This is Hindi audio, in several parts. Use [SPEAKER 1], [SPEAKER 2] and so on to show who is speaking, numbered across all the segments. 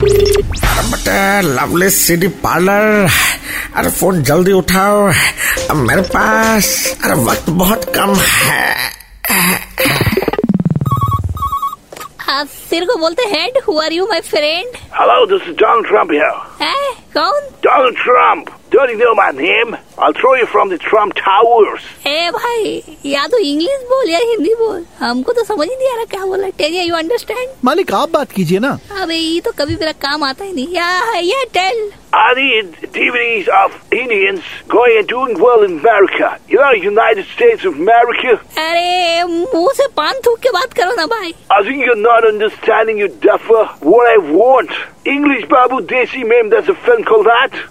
[SPEAKER 1] अरे बटे लवली सिटी पार्लर अरे फोन जल्दी उठाओ अब मेरे पास अरे वक्त बहुत कम है
[SPEAKER 2] हाँ सिर को बोलते head who are you my friend
[SPEAKER 3] Hello, this is Donald Trump here.
[SPEAKER 2] है कौन
[SPEAKER 3] Donald Trump. Don't you know my name? I'll throw you from the Trump Towers.
[SPEAKER 2] ए भाई या तो इंग्लिश बोल या हिंदी बोल हमको तो समझ ही नहीं आ रहा क्या बोला टेलिया यू अंडरस्टैंड
[SPEAKER 4] मालिक आप बात कीजिए ना
[SPEAKER 2] अबे ये तो कभी मेरा काम आता ही नहीं yeah yeah tell
[SPEAKER 3] I need DVDs of Indians going and doing well in America. You know, United States of America.
[SPEAKER 2] अरे मुंह से पान थूक के बात करो ना भाई
[SPEAKER 3] I think you're not understanding, you duffer, what I want. English Babu Desi Mem, there's a film called that.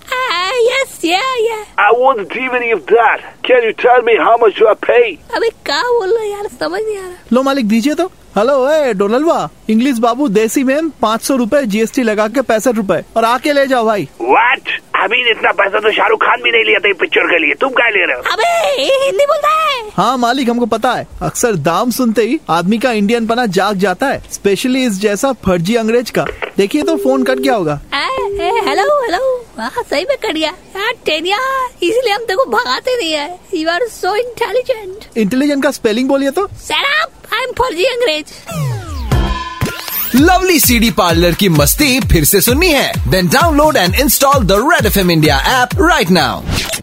[SPEAKER 2] Yes yeah yeah
[SPEAKER 3] I want a DVD of that. Can you tell me how much do I pay?
[SPEAKER 2] अबे क्या बोल रहा है यार समझ नहीं आ रहा
[SPEAKER 4] लो मालिक दीजिए तो हेलो ए डोनलवा इंग्लिश बाबू देसी मैम पाँच सौ रूपए जीएसटी लगा के पैंसठ रूपए और आके ले जाओ भाई
[SPEAKER 3] What? अभी इतना पैसा तो शाहरुख खान भी नहीं लिया था ये पिक्चर के लिए तुम क्या ले रहे हो
[SPEAKER 2] अबे ये हिंदी बोलता है
[SPEAKER 4] हाँ मालिक हमको पता है अक्सर दाम सुनते ही आदमी का इंडियन पना जाग जाता है स्पेशली इस जैसा फर्जी अंग्रेज का देखिए तो फोन कट गया होगा
[SPEAKER 2] आ, ए, हेलो हेलो हाँ सही में कर गया यार टेनिया इसलिए हम तेको भगाते नहीं है you are so intelligent
[SPEAKER 4] intelligent का स्पेलिंग बोलिए तो
[SPEAKER 2] सर आप आई एम फौजी अंग्रेज
[SPEAKER 5] लवली सीडी पार्लर की मस्ती फिर से सुननी है then download and install the red F India app right now